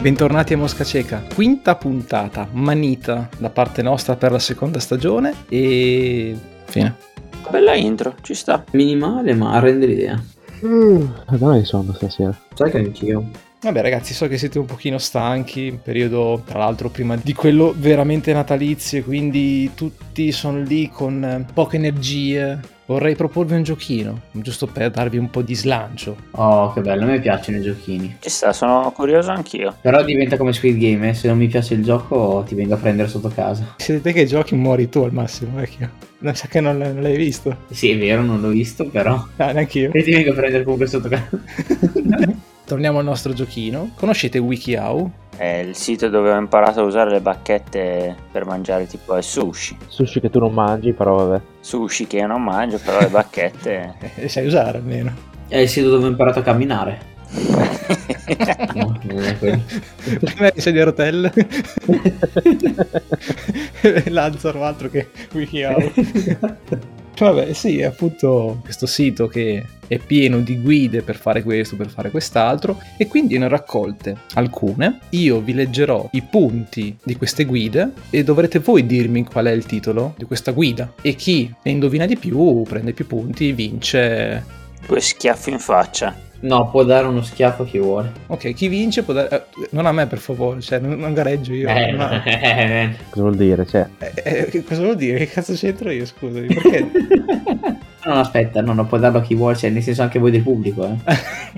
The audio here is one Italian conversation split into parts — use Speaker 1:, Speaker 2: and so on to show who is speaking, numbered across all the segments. Speaker 1: Bentornati a Mosca Cieca, quinta puntata, manita da parte nostra per la seconda stagione e fine.
Speaker 2: Bella intro, ci sta. Minimale, ma rende l'idea.
Speaker 3: Mm, dai, insomma, stasera.
Speaker 4: Sai che anch'io.
Speaker 1: Vabbè ragazzi, so che siete un pochino stanchi, un periodo tra l'altro prima di quello veramente natalizio, quindi tutti sono lì con eh, poche energie. Vorrei proporvi un giochino, giusto per darvi un po' di slancio.
Speaker 4: Oh, che bello, a me piacciono i giochini.
Speaker 2: Ci sta, sono curioso anch'io.
Speaker 4: Però diventa come Squid Game, eh. se non mi piace il gioco ti vengo a prendere sotto casa.
Speaker 1: Siete te che giochi muori tu al massimo, vecchio. Non sa che non l'hai non l'hai visto.
Speaker 4: Sì, è vero, non l'ho visto, però.
Speaker 1: Ah, neanche io.
Speaker 4: E ti vengo a prendere comunque sotto casa.
Speaker 1: Torniamo al nostro giochino. Conoscete WikiHow?
Speaker 2: È il sito dove ho imparato a usare le bacchette per mangiare tipo il sushi.
Speaker 3: Sushi che tu non mangi, però vabbè.
Speaker 2: Sushi che io non mangio, però le bacchette...
Speaker 1: Eh, sai usare almeno.
Speaker 4: È il sito dove ho imparato a camminare. No, non è quello.
Speaker 1: Prima di sedia a rotelle. Lanzano altro che WikiHow. Vabbè, sì, è appunto questo sito che è pieno di guide per fare questo, per fare quest'altro, e quindi ne ho raccolte alcune. Io vi leggerò i punti di queste guide e dovrete voi dirmi qual è il titolo di questa guida. E chi ne indovina di più, prende più punti, vince.
Speaker 2: Due schiaffi in faccia.
Speaker 4: No, può dare uno schiaffo a chi vuole.
Speaker 1: Ok, chi vince può dare. eh, Non a me, per favore, cioè, non, non gareggio io.
Speaker 4: Eh,
Speaker 1: non a-
Speaker 4: eh,
Speaker 3: Cosa vuol dire? Cioè,
Speaker 1: Eh, eh, che cosa vuol dire? Che cazzo c'entro io? Scusami, perché?
Speaker 4: No, no, aspetta, no, no, può darlo a chi vuole, cioè, nel senso anche voi del pubblico, eh.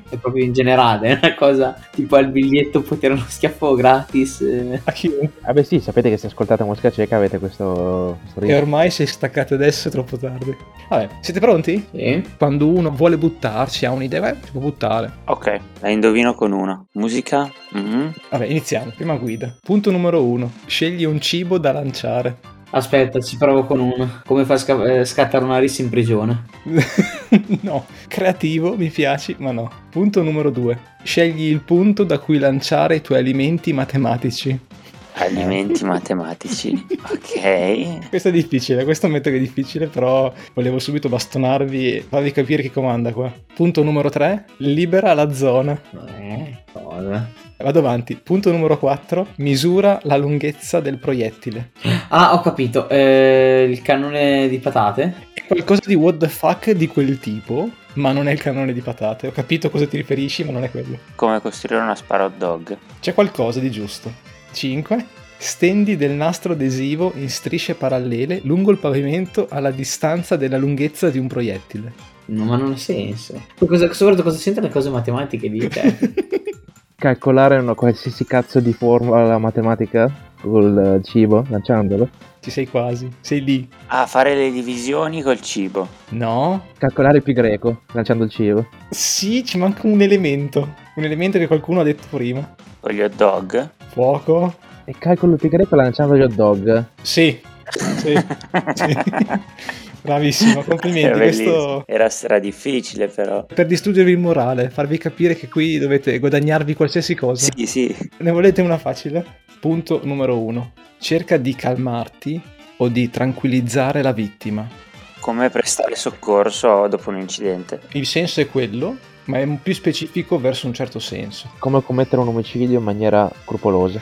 Speaker 4: È proprio in generale, è una cosa tipo al biglietto può tirare uno schiaffo gratis. eh.
Speaker 1: a chiunque.
Speaker 3: vabbè ah, sì, sapete che se ascoltate Mosca Cieca avete questo... questo
Speaker 1: E
Speaker 3: rischio.
Speaker 1: ormai se staccate adesso è troppo tardi. Vabbè, siete pronti?
Speaker 4: Sì.
Speaker 1: quando uno vuole buttarsi, ha un'idea, eh, si può buttare.
Speaker 2: Ok, la indovino con una. Musica? Mhm.
Speaker 1: Vabbè, iniziamo. Prima guida. Punto numero uno. Scegli un cibo da lanciare.
Speaker 4: Aspetta, ci provo con una. Come fa a sca- eh, scattare una rissa in prigione?
Speaker 1: no, creativo, mi piaci, ma no. Punto numero due. Scegli il punto da cui lanciare i tuoi alimenti matematici.
Speaker 2: Alimenti matematici. Ok.
Speaker 1: Questo è difficile, questo ammetto che è difficile, però volevo subito bastonarvi e farvi capire chi comanda qua. Punto numero tre. Libera la zona.
Speaker 4: Eh, cosa?
Speaker 1: Vado avanti. Punto numero quattro. Misura la lunghezza del proiettile.
Speaker 4: Ah, ho capito. eh, il cannone di patate?
Speaker 1: È qualcosa di what the fuck di quel tipo, ma non è il cannone di patate. Ho capito a cosa ti riferisci, ma non è quello.
Speaker 2: Come costruire una sparo hot dog.
Speaker 1: C'è qualcosa di giusto. 5. Stendi del nastro adesivo in strisce parallele lungo il pavimento alla distanza della lunghezza di un proiettile.
Speaker 4: No, ma non ha senso. Poi Cosa, soprattutto cosa sentono le cose matematiche di te?
Speaker 3: Calcolare una qualsiasi cazzo di formula matematica col eh, cibo, lanciandolo.
Speaker 1: Ci sei quasi. Sei lì.
Speaker 2: Ah, fare le divisioni col cibo.
Speaker 1: No?
Speaker 3: Calcolare pi greco, lanciando il cibo.
Speaker 1: Sì, ci manca un elemento. Un elemento che qualcuno ha detto prima.
Speaker 2: Con gli hot dog.
Speaker 1: Fuoco?
Speaker 3: E calcolo pi greco lanciando gli hot dog.
Speaker 1: Sì. Sì. sì. Bravissimo, complimenti.
Speaker 2: Era
Speaker 1: Questo
Speaker 2: bellissimo. Era stra difficile però.
Speaker 1: per distruggervi il morale, farvi capire che qui dovete guadagnarvi qualsiasi cosa.
Speaker 2: Sì, sì.
Speaker 1: Ne volete una facile? Punto numero uno. Cerca di calmarti o di tranquillizzare la vittima.
Speaker 2: Come prestare soccorso dopo un incidente.
Speaker 1: Il senso è quello, ma è più specifico verso un certo senso.
Speaker 3: Come commettere un omicidio in maniera scrupolosa.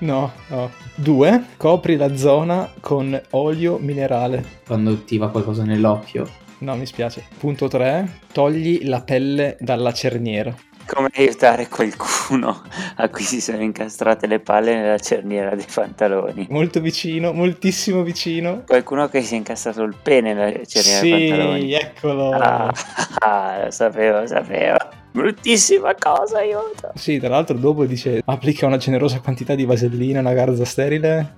Speaker 1: No, no. Due. Copri la zona con olio minerale.
Speaker 4: Quando ti va qualcosa nell'occhio.
Speaker 1: No, mi spiace. Punto 3. Togli la pelle dalla cerniera.
Speaker 2: Come aiutare qualcuno a cui si sono incastrate le palle nella cerniera dei pantaloni.
Speaker 1: Molto vicino, moltissimo vicino.
Speaker 2: Qualcuno che si è incastrato il pene nella cerniera
Speaker 1: Sì,
Speaker 2: dei
Speaker 1: eh, oh.
Speaker 2: pantaloni.
Speaker 1: eccolo.
Speaker 2: Ah, ah, lo sapevo, lo sapevo. Bruttissima cosa, aiuto.
Speaker 1: Sì, tra l'altro dopo dice applica una generosa quantità di vasellina, una garza sterile,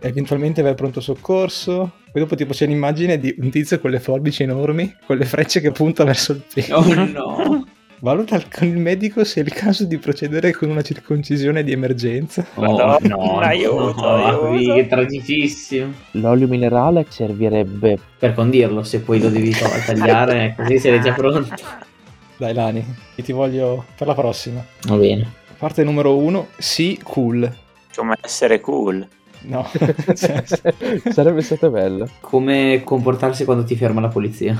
Speaker 1: eventualmente vai al pronto soccorso. Poi dopo tipo c'è l'immagine di un tizio con le forbici enormi, con le frecce che punta verso il pene.
Speaker 4: Oh no.
Speaker 1: Valuta il- con il medico se è il caso di procedere con una circoncisione di emergenza.
Speaker 4: Oh
Speaker 2: Madonna,
Speaker 4: no.
Speaker 2: aiuto, aiuto.
Speaker 4: Apri, che tragicissimo.
Speaker 3: L'olio minerale servirebbe
Speaker 4: Per condirlo, se poi lo devi to- tagliare, così sei già pronto.
Speaker 1: Dai Lani, che ti voglio per la prossima.
Speaker 4: Va bene.
Speaker 1: Parte numero uno, sì, cool.
Speaker 2: Come essere cool.
Speaker 1: No, cioè,
Speaker 3: sarebbe stato bello
Speaker 4: Come comportarsi quando ti ferma la polizia?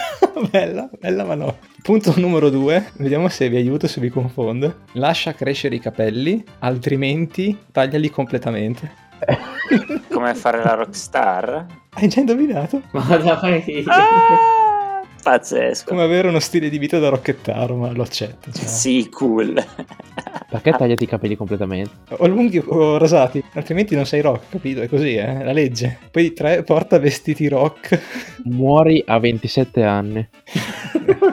Speaker 1: bella, bella ma no. Punto numero due, vediamo se vi aiuto se vi confondo. Lascia crescere i capelli, altrimenti tagliali completamente.
Speaker 2: Come fare la rockstar?
Speaker 1: Hai già indovinato?
Speaker 4: Ma dai,
Speaker 2: Ah, pazzesco.
Speaker 1: Come avere uno stile di vita da rocchettaro, ma lo accetto. cioè.
Speaker 2: Sì, cool.
Speaker 3: Perché tagliati i capelli completamente?
Speaker 1: O lunghi o rosati, altrimenti non sei rock, capito? È così, eh? La legge. Poi tre, porta vestiti rock.
Speaker 3: Muori a 27 anni.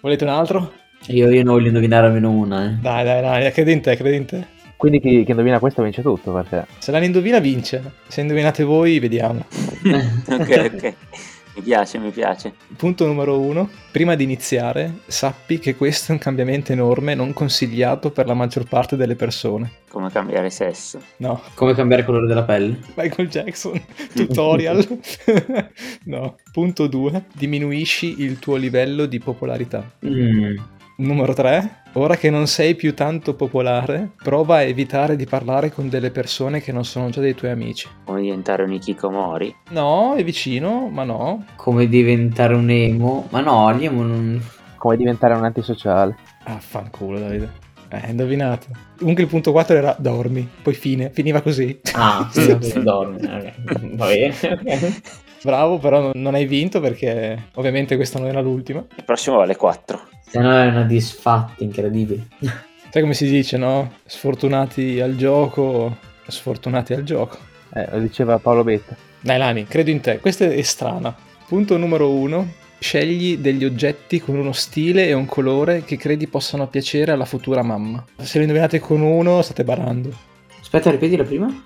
Speaker 1: Volete un altro?
Speaker 4: io, io non voglio indovinare almeno una. Eh.
Speaker 1: Dai, dai, dai, credi in te, credi in te.
Speaker 3: Quindi chi, chi indovina questo vince tutto perché...
Speaker 1: Se la ne indovina vince. Se indovinate voi, vediamo.
Speaker 2: ok, ok. Mi piace, mi piace.
Speaker 1: Punto numero uno. Prima di iniziare, sappi che questo è un cambiamento enorme non consigliato per la maggior parte delle persone.
Speaker 2: Come cambiare sesso.
Speaker 1: No,
Speaker 4: Come cambiare colore della pelle?
Speaker 1: Michael Jackson, tutorial. no. Punto due. Diminuisci il tuo livello di popolarità.
Speaker 4: Mm.
Speaker 1: Numero 3. Ora che non sei più tanto popolare, prova a evitare di parlare con delle persone che non sono già dei tuoi amici.
Speaker 2: Come diventare un Ikikomori.
Speaker 1: No, è vicino, ma no.
Speaker 4: Come diventare un emo? Ma no, gli emo non...
Speaker 3: Come diventare un antisociale.
Speaker 1: Ah, fanculo, Davide. Eh, indovinato. Comunque il punto 4 era dormi, poi fine, finiva così.
Speaker 4: Ah, sì, vabbè, dorme. ok. Va bene. ok.
Speaker 1: Bravo, però non- non hai vinto perché ovviamente questa non era l'ultima.
Speaker 2: Il prossimo vale 4.
Speaker 4: Se no è una disfatta incredibile.
Speaker 1: Sai come si dice, no? Sfortunati al gioco, sfortunati al gioco.
Speaker 3: Eh, lo diceva Paolo Betta.
Speaker 1: Dai Lani, credo in te, questa è strana. Punto numero 1. Scegli degli oggetti con uno stile e un colore che credi possano piacere alla futura mamma. Se lo indovinate con uno, state barando.
Speaker 4: Aspetta, ripeti la prima?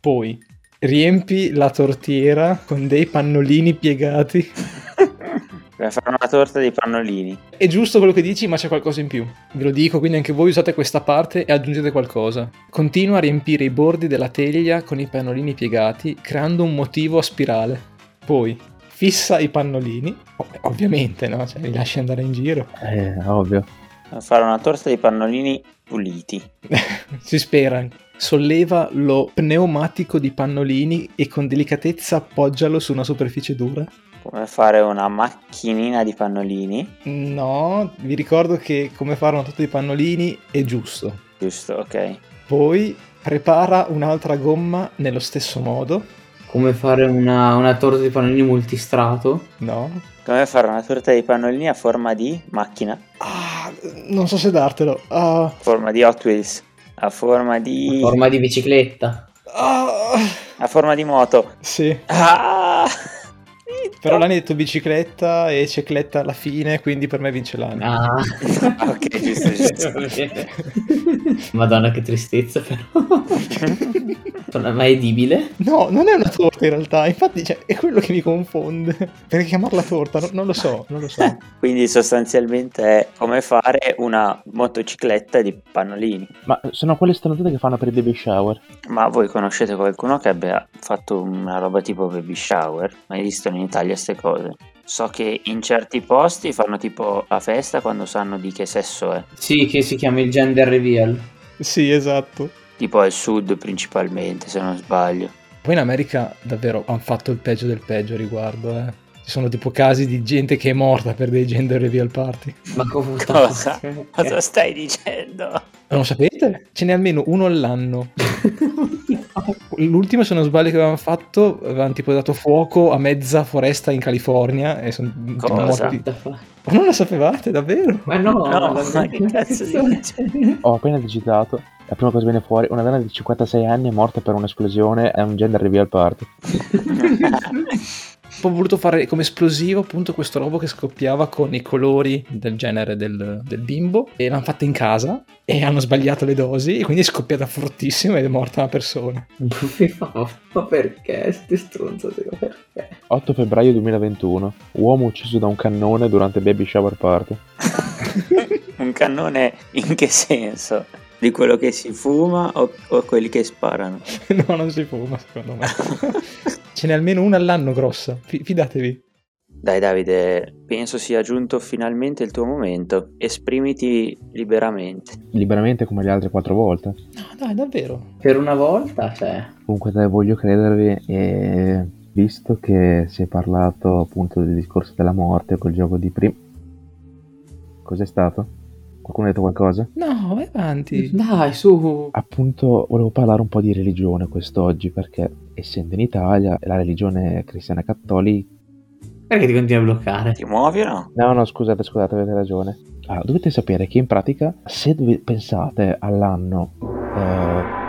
Speaker 1: Poi riempi la tortiera con dei pannolini piegati.
Speaker 2: Dobbiamo fare una torta di pannolini.
Speaker 1: È giusto quello che dici, ma c'è qualcosa in più. Ve lo dico, quindi anche voi usate questa parte e aggiungete qualcosa. Continua a riempire i bordi della teglia con i pannolini piegati, creando un motivo a spirale. Poi fissa i pannolini, ov- ovviamente, no? Cioè, li lasci andare in giro.
Speaker 3: Eh, ovvio.
Speaker 2: Dobbiamo fare una torta di pannolini puliti.
Speaker 1: si spera. Solleva lo pneumatico di pannolini e con delicatezza appoggialo su una superficie dura.
Speaker 2: Come fare una macchinina di pannolini.
Speaker 1: No, vi ricordo che come fare una torta di pannolini è giusto.
Speaker 2: Giusto, ok.
Speaker 1: Poi prepara un'altra gomma nello stesso modo.
Speaker 4: Come fare una, una torta di pannolini multistrato?
Speaker 1: No.
Speaker 2: Come fare una torta di pannolini a forma di macchina.
Speaker 1: Ah, non so se dartelo. Ah,
Speaker 2: A forma di Hot Wheels. A forma di...
Speaker 4: Forma di bicicletta.
Speaker 1: ah,
Speaker 2: A forma di moto.
Speaker 1: sì.
Speaker 2: Ah!
Speaker 1: Però l'hanno detto bicicletta e cicletta alla fine, quindi per me vince l'anno.
Speaker 4: Ah.
Speaker 2: ok, giusto, giusto.
Speaker 4: Madonna, che tristezza, però. Non è mai edibile.
Speaker 1: No, non è una torta in realtà, infatti cioè, è quello che mi confonde. Perché chiamarla torta? No- non lo so, non lo so.
Speaker 2: Eh, Quindi sostanzialmente è come fare una motocicletta di pannolini.
Speaker 3: Ma sono quelle stronzate che fanno per i baby shower.
Speaker 2: Ma voi conoscete qualcuno che abbia fatto una roba tipo baby shower? Mai visto in Italia queste cose? So che in certi posti fanno tipo la festa quando sanno di che sesso è,
Speaker 4: Sì, che si chiama il gender reveal.
Speaker 1: Sì, esatto.
Speaker 2: tipo al sud principalmente, se non sbaglio.
Speaker 1: Poi in America davvero hanno fatto il peggio del peggio a riguardo, eh. Ci sono tipo casi di gente che è morta per dei gender reveal party.
Speaker 4: Ma come
Speaker 2: Cosa? Cosa stai dicendo?
Speaker 1: Non lo sapete? Ce n'è almeno uno all'anno. L'ultimo, se non sbaglio, che avevano fatto, avevano tipo dato fuoco a mezza foresta in California e sono tipo
Speaker 2: Cosa?
Speaker 1: morti. Ma non lo sapevate davvero?
Speaker 4: Ma no,
Speaker 2: No,
Speaker 4: ma-
Speaker 2: ma che cazzo dici?
Speaker 3: Ho appena digitato. La prima cosa che viene fuori, una donna di 56 anni è morta per un'esplosione a un gender reveal party.
Speaker 1: Poi Ho voluto fare come esplosivo appunto questo robo che scoppiava con i colori del genere del, del bimbo e l'hanno fatta in casa e hanno sbagliato le dosi e quindi è scoppiata fortissimo ed è morta una persona.
Speaker 4: ma perché? Siete stronzate, ma perché?
Speaker 3: 8 febbraio 2021. Uomo ucciso da un cannone durante baby shower party.
Speaker 2: Un cannone in che senso? Di quello che si fuma o, o quelli che sparano?
Speaker 1: no, non si fuma secondo me. Ce n'è almeno una all'anno grossa, fi- fidatevi.
Speaker 2: Dai Davide, penso sia giunto finalmente il tuo momento. Esprimiti liberamente.
Speaker 3: Liberamente come le altre 4 volte.
Speaker 1: No, dai, davvero.
Speaker 4: Per una volta, cioè...
Speaker 3: Comunque dai, voglio credervi e visto che si è parlato appunto del discorso della morte col gioco di prima. Cos'è stato? Qualcuno ha detto qualcosa?
Speaker 1: No, vai avanti.
Speaker 4: Dai, su.
Speaker 3: Appunto, volevo parlare un po' di religione quest'oggi, perché essendo in Italia la religione cristiana cattolica.
Speaker 4: Perché ti continui a bloccare?
Speaker 2: Ti muovi o no?
Speaker 3: No, no, scusate, scusate, avete ragione. Ah, dovete sapere che in pratica, se dove- pensate all'anno. eh,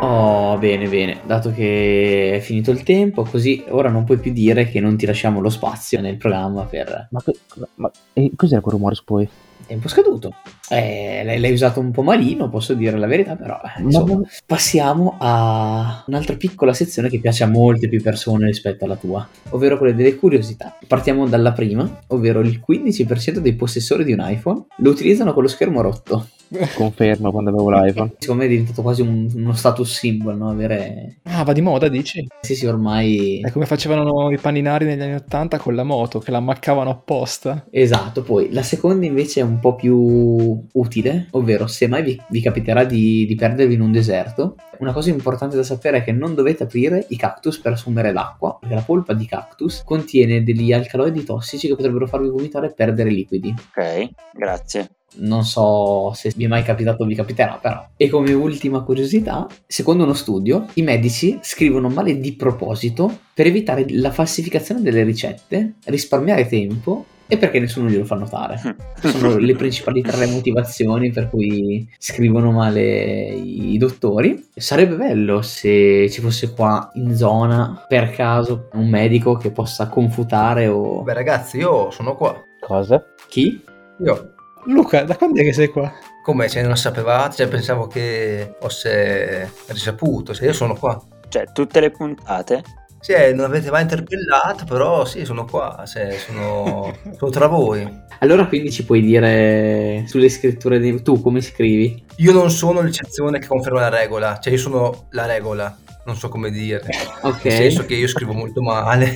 Speaker 4: Oh, bene, bene. Dato che è finito il tempo, così ora non puoi più dire che non ti lasciamo lo spazio nel programma per
Speaker 3: ma, co- ma- e cos'era quel rumore poi?
Speaker 4: tempo scaduto. Eh, l'hai, l'hai usato un po' malino, posso dire la verità, però. eh, Insomma,
Speaker 3: Ma-
Speaker 4: passiamo a un'altra piccola sezione che piace a molte più persone rispetto alla tua, ovvero quella delle curiosità. Partiamo dalla prima, ovvero il 15% dei possessori di un iPhone lo utilizzano con lo schermo rotto.
Speaker 3: Confermo quando avevo l'iPhone.
Speaker 4: Secondo me è diventato quasi un- uno status symbol, no? Avere...
Speaker 1: Ah, va di moda, dici?
Speaker 4: Sì, sì, ormai...
Speaker 1: È come facevano i paninari negli anni 80 con la moto, che la ammaccavano apposta.
Speaker 4: Esatto, poi la seconda invece è un po' più utile, ovvero se mai vi, vi capiterà di, di perdervi in un deserto, una cosa importante da sapere è che non dovete aprire i cactus per assumere l'acqua, perché la polpa di cactus contiene degli alcaloidi tossici che potrebbero farvi vomitare e perdere liquidi.
Speaker 2: Ok, grazie.
Speaker 4: Non so se vi è mai capitato o vi capiterà, però. E come ultima curiosità, secondo uno studio, i medici scrivono male di proposito per evitare la falsificazione delle ricette, risparmiare tempo e perché nessuno glielo fa notare. Sono le principali tre motivazioni per cui scrivono male i dottori. Sarebbe bello se ci fosse qua in zona, per caso, un medico che possa confutare o...
Speaker 5: Beh ragazzi, io sono qua.
Speaker 3: Cosa?
Speaker 4: Chi?
Speaker 5: Io,
Speaker 1: Luca, da quando è che sei qua?
Speaker 5: come se non sapevate, cioè, pensavo che fosse risaputo, se io sono qua.
Speaker 2: Cioè, tutte le puntate
Speaker 5: Sì, eh, non avete mai interpellato, però sì, sono qua, cioè, sono, sono tra voi.
Speaker 4: Allora quindi ci puoi dire sulle scritture di... tu come scrivi?
Speaker 5: Io non sono l'eccezione che conferma la regola, cioè io sono la regola, non so come dire. Nel senso
Speaker 4: Ok.
Speaker 5: che io scrivo molto male,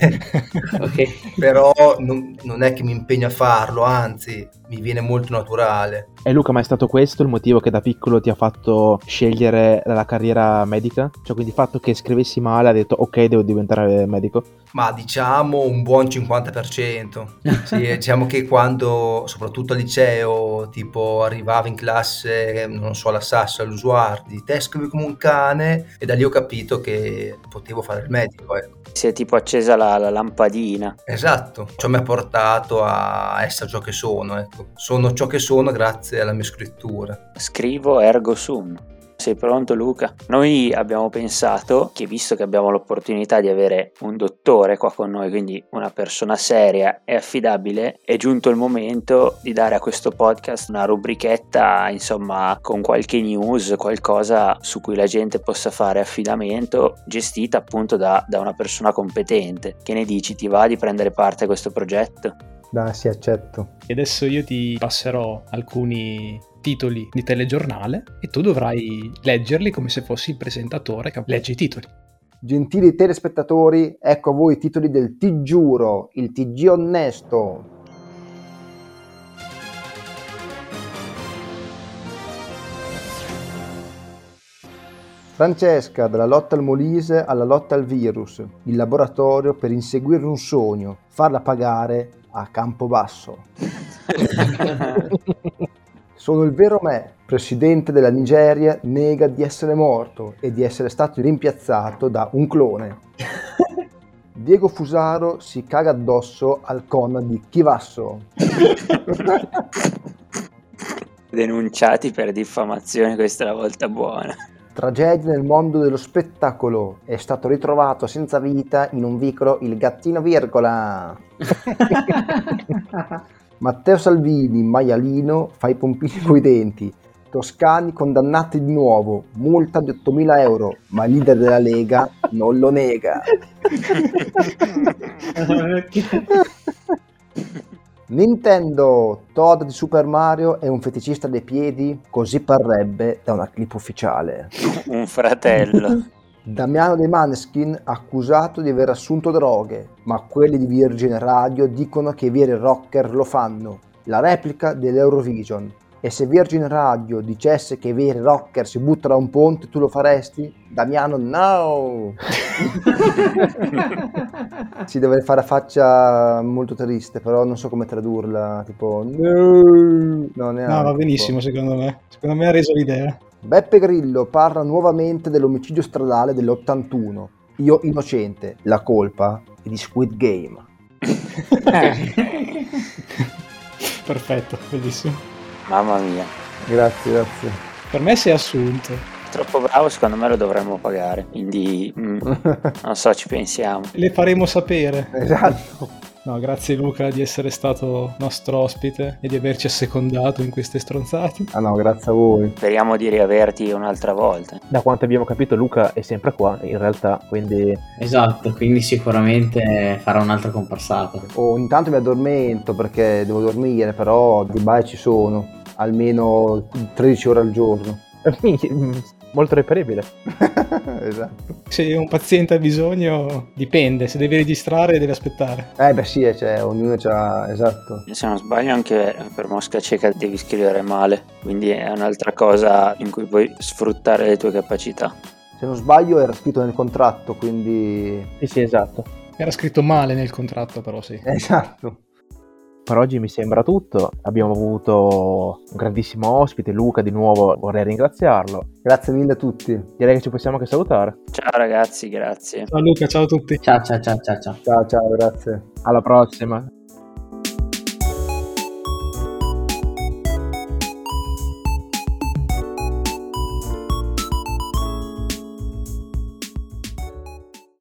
Speaker 4: Ok.
Speaker 5: però non, non è che mi impegno a farlo, anzi, mi viene molto naturale.
Speaker 3: E Luca, ma è stato questo il motivo che da piccolo ti ha fatto scegliere la carriera medica? Cioè, quindi il fatto che scrivessi male ha detto ok, devo diventare medico.
Speaker 5: Ma diciamo un buon 50%. Sì, diciamo che quando, soprattutto al liceo, tipo arrivavo in classe, non so, alla Sassa, all'Usuardi, te scrivi come un cane e da lì ho capito che potevo fare il medico. ecco.
Speaker 2: si è tipo accesa la, la lampadina.
Speaker 5: Esatto, ciò mi ha portato a essere ciò che sono, ecco. Sono ciò che sono grazie alla mia scrittura.
Speaker 2: Scrivo ergo sum. Sei pronto Luca? Noi abbiamo pensato che visto che abbiamo l'opportunità di avere un dottore qua con noi, quindi una persona seria e affidabile, è giunto il momento di dare a questo podcast una rubrichetta, insomma, con qualche news, qualcosa su cui la gente possa fare affidamento, gestita appunto da, da una persona competente. Che ne dici? Ti va di prendere parte a questo progetto?
Speaker 6: Dai, sì, accetto.
Speaker 1: E adesso io ti passerò alcuni titoli di telegiornale e tu dovrai leggerli come se fossi il presentatore che legge i titoli.
Speaker 6: Gentili telespettatori, ecco a voi i titoli del Ti giuro, il TG Onnesto. Francesca, dalla lotta al Molise alla lotta al virus, il laboratorio per inseguire un sogno, farla pagare a Campobasso. Sono il vero me, presidente della Nigeria, nega di essere morto e di essere stato rimpiazzato da un clone. Diego Fusaro si caga addosso al conna di Chivasso.
Speaker 2: Denunciati per diffamazione, questa è la volta buona.
Speaker 6: Tragedia nel mondo dello spettacolo. È stato ritrovato senza vita in un vicolo il gattino virgola. Matteo Salvini, maialino, fa i pompini coi denti. Toscani condannati di nuovo, multa di 8.000 euro, ma il leader della Lega non lo nega. Nintendo, Todd di Super Mario è un feticista dei piedi, così parrebbe da una clip ufficiale.
Speaker 2: Un fratello.
Speaker 6: Damiano De Maneskin accusato di aver assunto droghe, ma quelli di Virgin Radio dicono che i veri rocker lo fanno. La replica dell'Eurovision. E se Virgin Radio dicesse che i veri rocker si buttano da un ponte, tu lo faresti? Damiano, no! si deve fare la faccia molto triste, però non so come tradurla, tipo... No, no,
Speaker 1: No, va benissimo secondo me. Secondo me ha reso l'idea.
Speaker 6: Beppe Grillo parla nuovamente dell'omicidio stradale dell'81. Io innocente, la colpa è di Squid Game.
Speaker 1: Perfetto, bellissimo.
Speaker 2: Mamma mia,
Speaker 6: Grazie, grazie.
Speaker 1: Per me si è assunto.
Speaker 2: troppo bravo, secondo me lo dovremmo pagare. Quindi, mm, non so, ci pensiamo.
Speaker 1: Le faremo sapere.
Speaker 6: esatto.
Speaker 1: No, grazie Luca di essere stato nostro ospite e di averci assecondato in queste stronzate.
Speaker 6: Ah no, grazie a voi.
Speaker 2: Speriamo di riaverti un'altra volta.
Speaker 3: Da quanto abbiamo capito Luca è sempre qua in realtà, quindi
Speaker 4: Esatto, quindi sicuramente farà un'altra comparsata.
Speaker 6: Oh, ogni tanto mi addormento perché devo dormire, però di base ci sono almeno 13 ore al giorno.
Speaker 3: molto reperibile.
Speaker 6: esatto.
Speaker 1: Se un paziente ha bisogno, dipende, se deve registrare deve aspettare.
Speaker 6: Eh beh sì, eh, cioè, ognuno c'ha... Esatto.
Speaker 2: Se non sbaglio anche per Mosca Cieca devi scrivere male, quindi è un'altra cosa in cui puoi sfruttare le tue capacità.
Speaker 6: Se non sbaglio era scritto nel contratto, quindi...
Speaker 3: Sì, sì, esatto.
Speaker 1: Era scritto male nel contratto però sì.
Speaker 6: Esatto.
Speaker 3: Per oggi mi sembra tutto, abbiamo avuto un grandissimo ospite, Luca di nuovo vorrei ringraziarlo.
Speaker 6: Grazie mille a tutti.
Speaker 3: Direi che ci possiamo anche salutare.
Speaker 2: Ciao ragazzi, grazie.
Speaker 1: Ciao Luca, ciao a tutti.
Speaker 4: Ciao ciao ciao ciao ciao.
Speaker 6: Ciao, ciao, grazie.
Speaker 3: Alla prossima.